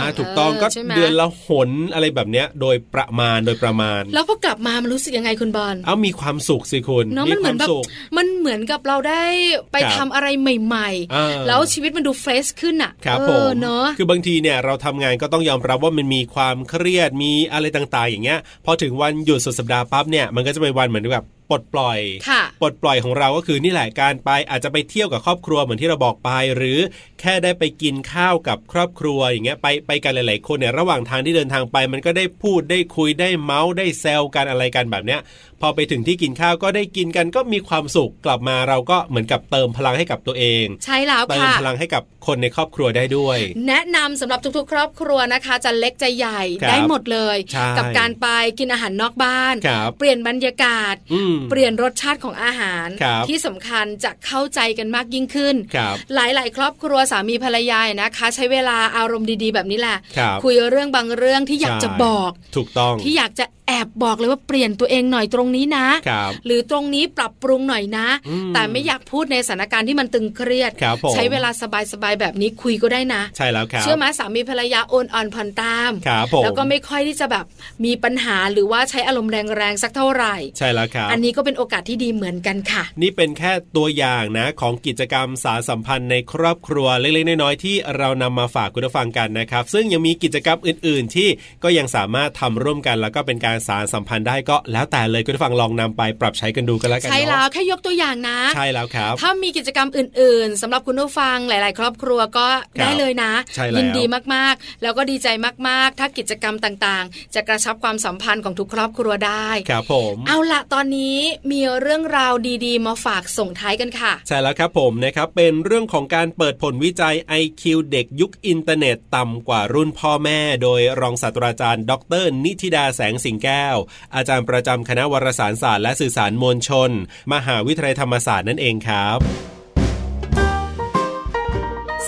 [SPEAKER 2] อ่าถูกต้องก็
[SPEAKER 1] เใช่ไหม
[SPEAKER 2] เดือนละหนอะไรแบบเนี้ยโดยประมาณโดยประมาณ
[SPEAKER 1] แล้วพอกลับมามันรู้สึกยังไงคุณบอล
[SPEAKER 2] เอ้ามีความสุขสิคุณ
[SPEAKER 1] เนาะ
[SPEAKER 2] มี
[SPEAKER 1] มันเหมือ
[SPEAKER 2] ควาน ม
[SPEAKER 1] แบบ
[SPEAKER 2] สุข
[SPEAKER 1] มันเหมือนกับเราได้ไป
[SPEAKER 2] ครับ
[SPEAKER 1] ทำอะไรใหม่
[SPEAKER 2] อ่า
[SPEAKER 1] ๆ แล้วชีวิตมันดูเฟรชขึ้นอะ
[SPEAKER 2] ครับ
[SPEAKER 1] เอ
[SPEAKER 2] ผ
[SPEAKER 1] อ
[SPEAKER 2] ม
[SPEAKER 1] เนาะ
[SPEAKER 2] คือบางทีเนี่ยเราทำงานก็ต้องยอมรับว่ามันมีความเครียดมีอะไรต่างๆ อย่างเงี้ยพอถึงวันหยุดสุดสัปดาห์ปั๊บเนี่ยมันก็จะเป็นวันเหมือนแบบปลดปล่อย
[SPEAKER 1] ค่ะ
[SPEAKER 2] ปลดปล่อยของเราก็คือนี่แหละการไปอาจจะไปเที่ยวกับครอบครัวเหมือนที่เราบอกไป หรือแค่ได้ไปกินข้าวกับครอบครัวอย่างเงี้ยไปไปกันหลายๆคนเนี่ยระหว่างทางที่เดินทางไป มันก็ได้พูดได้คุยได้เมาส์ได้แซวกันอะไรกันแบบเนี้ย พอไปถึงที่กินข้าวก็ได้กินกันก็มีความสุขกลับมาเราก็เหมือนกับเติมพลังให้กับตัวเอง
[SPEAKER 1] ใช่แล้ว
[SPEAKER 2] เติม
[SPEAKER 1] ค่ะ
[SPEAKER 2] พลังให้กับคนในครอบครัวได้ด้วย
[SPEAKER 1] แนะนำสำหรับทุกๆ ครอบครัวนะคะ จะเล็กจะใหญ่
[SPEAKER 2] ครับ
[SPEAKER 1] ได้หมดเลย
[SPEAKER 2] ใช่
[SPEAKER 1] กับการไปกินอาหารนอกบ้าน
[SPEAKER 2] ครับ
[SPEAKER 1] เปลี่ยนบรรยากาศ
[SPEAKER 2] อืม
[SPEAKER 1] เปลี่ยนรสชาติของอาหาร
[SPEAKER 2] ครับ
[SPEAKER 1] ที่สำคัญจะเข้าใจกันมากยิ่งขึ้น
[SPEAKER 2] ครับ
[SPEAKER 1] หลาย ๆ ครอบครัวสามีภรรยาเนี่ยนะคะ ใช้เวลาอารมณ์ดีๆ แบบนี้แหละ
[SPEAKER 2] ครับ
[SPEAKER 1] ยเรื่องบางเรื่องที่อยากจะ
[SPEAKER 2] ใช่
[SPEAKER 1] บอก
[SPEAKER 2] ถูกต้อง
[SPEAKER 1] ที่อยากจะแอบบอกเลยว่าเปลี่ยนตัวเองหน่อยตรงนี้นะ
[SPEAKER 2] ครับ
[SPEAKER 1] หรือตรงนี้ปรับปรุงหน่อยนะ
[SPEAKER 2] อืม
[SPEAKER 1] แต่ไม่อยากพูดในสถานการณ์ที่มันตึงเครียด
[SPEAKER 2] ครับผม
[SPEAKER 1] ใช้เวลาสบาย ๆ แบบนี้คุยก็ได้นะ
[SPEAKER 2] ใช่แล้วครับ
[SPEAKER 1] เชื่อไหมสามีภรรยาโอนอ่อนผ่อนตาม
[SPEAKER 2] ครับผม
[SPEAKER 1] แล้วก็ไม่ค่อยที่จะแบบมีปัญหาหรือว่าใช้อารมณ์แรงๆสักเท่าไหร่
[SPEAKER 2] ใช่แล้วครับ
[SPEAKER 1] อันนี้ก็เป็นโอกาสที่ดีเหมือนกันค่ะ
[SPEAKER 2] นี่เป็นแค่ตัวอย่างนะของกิจกรรมสารสัมพันธ์ในครอบครัวเล็กๆน้อยๆที่เรานำมาฝากคุณผู้ฟังกันนะครับ ซึ่งยังมีกิจกรรมอื่น ๆ ที่ก็ยังสามารถทำร่วมกัน แล้วก็เป็นการ การสารสัมพันธ์ได้ก็แล้วแต่เลยคุณผู้ฟังลองนำไปปรับใช้กันดูกันแล้วกัน
[SPEAKER 1] ใช่แล้
[SPEAKER 2] เนาะ
[SPEAKER 1] วแค่ยกตัวอย่างนะ
[SPEAKER 2] ใช่แล้วครับ
[SPEAKER 1] ถ้ามีกิจกรรมอื่น ๆสำหรับคุณผู้ฟังหลาย ๆ ครอบครัวก็
[SPEAKER 2] ครับ
[SPEAKER 1] ได้เลยนะ
[SPEAKER 2] ใช่แล้ว
[SPEAKER 1] ยิดีมาก ๆ แล้วก็ดีใจมาก ๆ ถ้ากิจกรรมต่าง ๆ จะกระชับความสัมพันธ์ของทุกครอบครัวได้
[SPEAKER 2] ครับผม
[SPEAKER 1] เอาละตอนนี้มีเรื่องราวดีๆ มาฝากส่งท้ายกันค่ะ
[SPEAKER 2] ใช่แล้วครับผมนะครับเป็นเรื่องของการเปิดผลวิจัย IQ เด็กยุคอินเทอร์เน็ตต่ำกว่ารุ่นพ่อแม่ โดยรองศาสตราจารย์ ดร นิติดาแสงสิงแก้ว อาจารย์ประจำคณะวารสารศาสตร์และสื่อสารมวลชน มหาวิทยาลัยธรรมศาสตร์นั่นเองครับ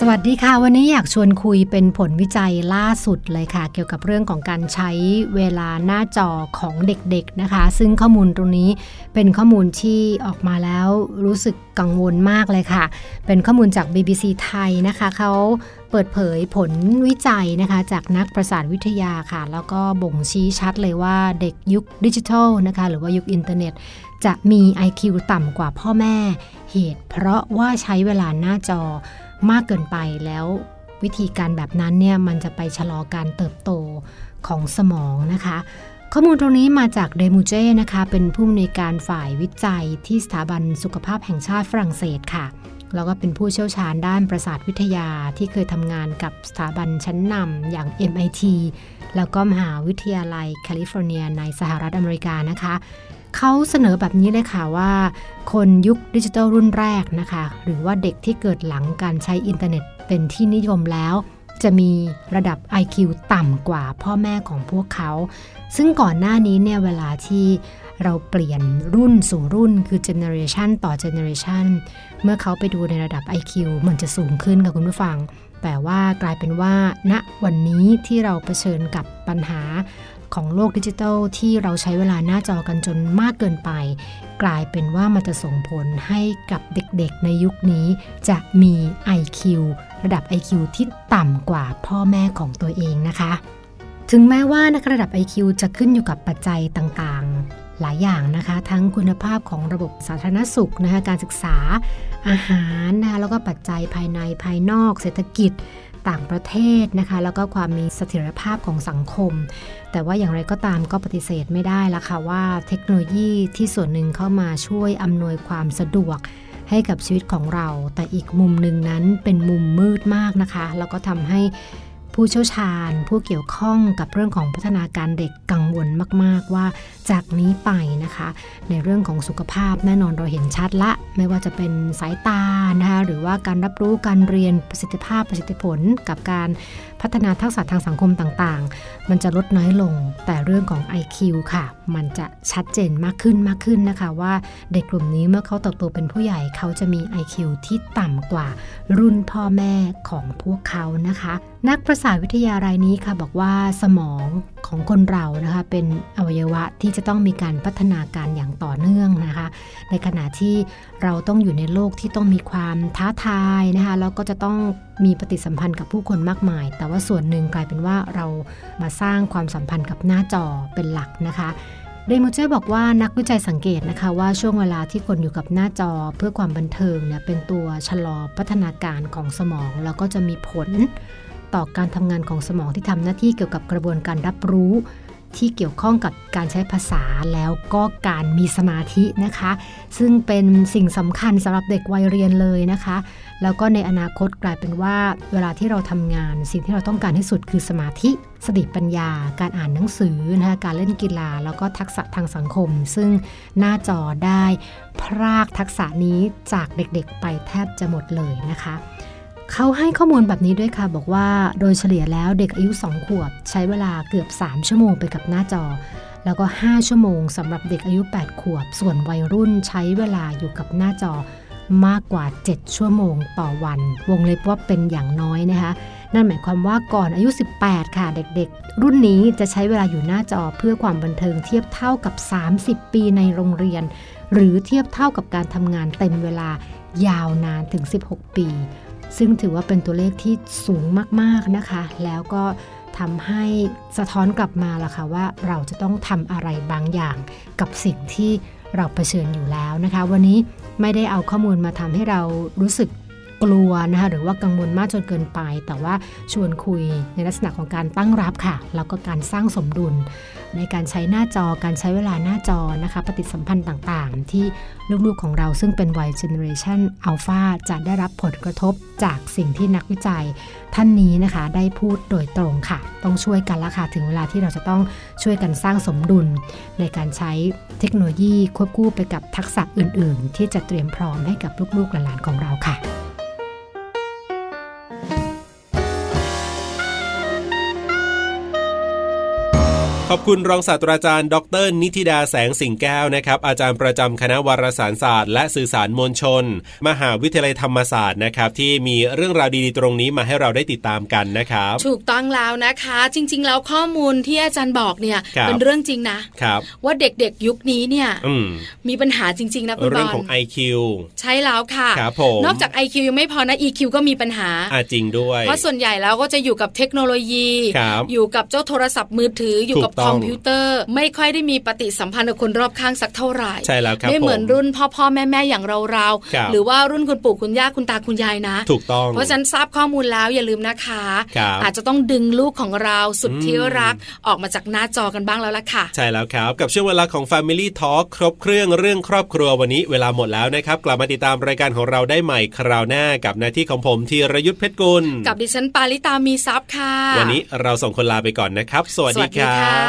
[SPEAKER 4] สวัสดีค่ะ วันนี้อยากชวนคุยเป็นผลวิจัยล่าสุดเลยค่ะ เกี่ยวกับเรื่องของการใช้เวลาหน้าจอของเด็กๆนะคะ ซึ่งข้อมูลตรงนี้เป็นข้อมูลที่ออกมาแล้วรู้สึกกังวลมากเลยค่ะ เป็นข้อมูลจาก BBC ไทยนะคะเขาเปิดเผยผลวิจัยนะคะ จากนักประสาทวิทยาค่ะ แล้วก็บ่งชี้ชัดเลยว่าเด็กยุคดิจิทัลนะคะหรือว่ายุคอินเทอร์เน็ต จะมี IQ ต่ำกว่าพ่อแม่ เหตุเพราะว่าใช้เวลาหน้าจอมากเกินไปแล้ววิธีการแบบนั้นเนี่ยมันจะไปชะลอการเติบโตของสมองนะคะ ข้อมูลตรงนี้มาจากเดมูเจนะคะ เป็นผู้อำนวยการฝ่ายวิจัยที่สถาบันสุขภาพแห่งชาติฝรั่งเศสค่ะ แล้วก็เป็นผู้เชี่ยวชาญด้านประสาทวิทยาที่เคยทำงานกับสถาบันชั้นนำอย่าง MIT แล้วก็มหาวิทยาลัยแคลิฟอร์เนียในสหรัฐอเมริกานะคะ เขาเสนอแบบนี้เลยค่ะว่า คนยุคดิจิทัลรุ่นแรกนะคะ หรือว่าเด็กที่เกิดหลังการใช้อินเทอร์เน็ตเป็นที่นิยมแล้ว จะมีระดับ IQ ต่ำกว่าพ่อแม่ของพวกเขา ซึ่งก่อนหน้านี้เนี่ยเวลาที่เราเปลี่ยนรุ่นสู่รุ่นคือเจเนอเรชันต่อเจเนอเรชันเมื่อเขาไปดูในระดับ IQ มันจะสูงขึ้นค่ะคุณผู้ฟัง แต่ว่ากลายเป็นว่าณวันนี้ที่เราเผชิญกับปัญหา ของโลกดิจิทัลที่เราใช้เวลาหน้าจอกันจนมากเกินไป กลายเป็นว่ามันจะส่งผลให้กับเด็กๆในยุคนี้ จะมี IQ ระดับ IQ ที่ต่ำกว่าพ่อแม่ของตัวเองนะคะ ถึงแม้ว่านะคะระดับ IQ จะขึ้นอยู่กับปัจจัยต่างๆ หลายอย่างนะคะ ทั้งคุณภาพของระบบสาธารณสุขนะคะการศึกษาอาหารนะคะแล้วก็ปัจจัยภายในภายนอก เศรษฐกิจต่างประเทศนะคะ แล้วก็ความมีเสถียรภาพของสังคม แต่ว่าอย่างไรก็ตามก็ปฏิเสธไม่ได้ละค่ะว่าเทคโนโลยีที่ส่วนหนึ่งเข้ามาช่วยอำนวยความสะดวก ให้กับชีวิตของเรา แต่อีกมุมหนึ่งนั้นเป็นมุมมืดมากนะคะ แล้วก็ทำให้ผู้เชี่ยวชาญ ผู้เกี่ยวข้องกับเรื่องของพัฒนาการเด็กกังวลมาก ๆ ว่าจากนี้ไปนะคะ ในเรื่องของสุขภาพแน่นอนเราเห็นชัดละ ไม่ว่าจะเป็นสายตานะคะหรือว่าการรับรู้การเรียนประสิทธิภาพประสิทธิผล กับการพัฒนาทักษะทางสังคมต่างๆ มันจะลดน้อยลง แต่เรื่องของ IQ ค่ะ มันจะชัดเจนมากขึ้นมากขึ้นนะคะ ว่าเด็กกลุ่มนี้เมื่อเขาเติบโตเป็นผู้ใหญ่เขาจะมี IQ ที่ต่ำกว่ารุ่นพ่อแม่ของพวกเขานะคะ นักประสาทวิทยารายนี้ค่ะบอกว่าสมองของคนเรานะคะเป็นอวัยวะที่จะต้องมีการพัฒนาการอย่างต่อเนื่องนะคะ ในขณะที่เราต้องอยู่ในโลกที่ต้องมีความท้าทายนะคะแล้วก็จะต้องมีปฏิสัมพันธ์กับผู้คนมากมาย แต่ว่าส่วนหนึ่งกลายเป็นว่าเรามาสร้างความสัมพันธ์กับหน้าจอเป็นหลักนะคะเดมูเจอร์บอกว่านักวิจัยสังเกตนะคะ ว่าช่วงเวลาที่คนอยู่กับหน้าจอเพื่อความบันเทิงเนี่ยเป็นตัวชะลอพัฒนาการของสมอง แล้วก็จะมีผลต่อการทำงานของสมองที่ทำหน้าที่เกี่ยวกับกระบวนการรับรู้ ที่เกี่ยวข้องกับการใช้ภาษาแล้วก็การมีสมาธินะคะ ซึ่งเป็นสิ่งสำคัญสำหรับเด็กวัยเรียนเลยนะคะ แล้วก็ในอนาคตกลายเป็นว่าเวลาที่เราทำงาน สิ่งที่เราต้องการที่สุดคือสมาธิ สติปัญญา การอ่านหนังสือนะคะการเล่นกีฬา แล้วก็ทักษะทางสังคม ซึ่งหน้าจอได้พรากทักษะนี้จากเด็กๆ ไปแทบจะหมดเลยนะคะ เขาให้ข้อมูลแบบนี้ด้วยค่ะ บอกว่าโดยเฉลี่ยแล้วเด็กอายุ 2 ขวบ ใช้เวลาเกือบ 3 ชั่วโมงไปกับหน้าจอ แล้วก็ 5 ชั่วโมงสำหรับเด็กอายุ 8 ขวบ ส่วนวัยรุ่นใช้เวลาอยู่กับหน้าจอมากกว่า 7 ชั่วโมงต่อวัน วงเล็บว่าเป็นอย่างน้อยนะคะ นั่นหมายความว่าก่อนอายุ 18 ค่ะ เด็กๆ รุ่นนี้จะใช้เวลาอยู่หน้าจอเพื่อความบันเทิงเทียบเท่ากับ 30 ปีในโรงเรียน หรือเทียบเท่ากับการทำงานเต็มเวลายาวนานถึง 16 ปี ซึ่งถือว่าเป็นตัวเลขที่สูงมากๆนะคะ แล้วก็ทำให้สะท้อนกลับมาล่ะค่ะว่าเราจะต้องทำอะไรบางอย่างกับสิ่งที่เราเผชิญอยู่แล้วนะคะ วันนี้ไม่ได้เอาข้อมูลมาทำให้เรารู้สึก กลัวนะคะหรือว่ากังวลมากจนเกินไป แต่ว่าชวนคุยในลักษณะของการตั้งรับค่ะ แล้วก็การสร้างสมดุล ในการใช้หน้าจอการใช้เวลาหน้าจอนะคะ ปฏิสัมพันธ์ต่างๆ ที่ลูกๆของเราซึ่งเป็นวัยเจเนอเรชันอัลฟาจะได้รับผลกระทบจากสิ่งที่นักวิจัย ท่านนี้นะคะได้พูดโดยตรงค่ะ ต้องช่วยกันละค่ะ ถึงเวลาที่เราจะต้องช่วยกันสร้างสมดุล ในการใช้เทคโนโลยีควบคู่ไปกับทักษะอื่นๆ ที่จะเตรียมพร้อมให้กับลูกๆหลานๆของเราค่ะ
[SPEAKER 2] ขอบคุณรองศาสตราจารย์ ดร นิติดาแสงสิงแก้วนะครับ อาจารย์ประจำคณะวารสารศาสตร์ และสื่อสารมวลชน มหาวิทยาลัยธรรมศาสตร์นะครับ ที่มีเรื่องราวดีๆตรงนี้มาให้เราได้ติดตามกันนะครับ
[SPEAKER 1] ถูกต้องแล้วนะคะ จริง ๆ แล้วข้อมูลที่อาจารย์บอกเนี่ย
[SPEAKER 2] ครับ
[SPEAKER 1] เป็นเรื่องจริงนะ
[SPEAKER 2] ครับ
[SPEAKER 1] ว่าเด็กๆยุคนี้เนี่ย
[SPEAKER 2] อืม
[SPEAKER 1] มีปัญหาจริง ๆ นะคุณบ
[SPEAKER 2] เรื่อง
[SPEAKER 1] อล
[SPEAKER 2] ของ IQ
[SPEAKER 1] ใช่แล้วค่ะ
[SPEAKER 2] ครับผม
[SPEAKER 1] นอกจาก IQ ยังไม่พอนะ EQ ก็มีปัญหา
[SPEAKER 2] อ่ะจริงด้วย
[SPEAKER 1] เพราะส่วนใหญ่แล้วก็จะอยู่กับเทคโนโลยี
[SPEAKER 2] ครับ
[SPEAKER 1] อยู่กับเจ้าโทรศัพท์มือถืออยู่กับ
[SPEAKER 2] ถูก
[SPEAKER 1] ค
[SPEAKER 2] ต้อง
[SPEAKER 1] อมพิวเตอร์ ไม่ค่อยได้มีปฏิสัมพันธ์กับคนรอบข้างสักเท่าไหร่
[SPEAKER 2] ใช่แล้วครับ
[SPEAKER 1] ไม่เหมือน
[SPEAKER 2] ผ
[SPEAKER 1] รุ่นพ่อพ่อแม่แม่อย่างเราเราๆ
[SPEAKER 2] ครับ
[SPEAKER 1] หรือว่ารุ่นคุณปู่คุณย่าคุณตาคุณยายนะ
[SPEAKER 2] ถูกต้อง
[SPEAKER 1] เพราะฉะนันทราบข้อมูลแล้วอย่าลืมนะคะ
[SPEAKER 2] ครับ
[SPEAKER 1] อาจจะต้องดึงลูกของเราสุดที่
[SPEAKER 2] อืม
[SPEAKER 1] รักออกมาจากหน้าจอกันบ้างแล้วล่ะค่ะ
[SPEAKER 2] ใช่แล้วครับ กับช่วงเวลาของ Family Talk ครบเครื่องเรื่องครอบครัววันนี้เวลาหมดแล้วนะครับ กลับมาติดตามรายการของเราได้ใหม่คราวหน้ากับหน้าที่ของผมธีรยุทธเพชรกุล
[SPEAKER 1] กับดิฉันปาริตามีซับค่ะ
[SPEAKER 2] วันนี้เราส่งคนลาไปก่อนนะครับ สวัสดีครับ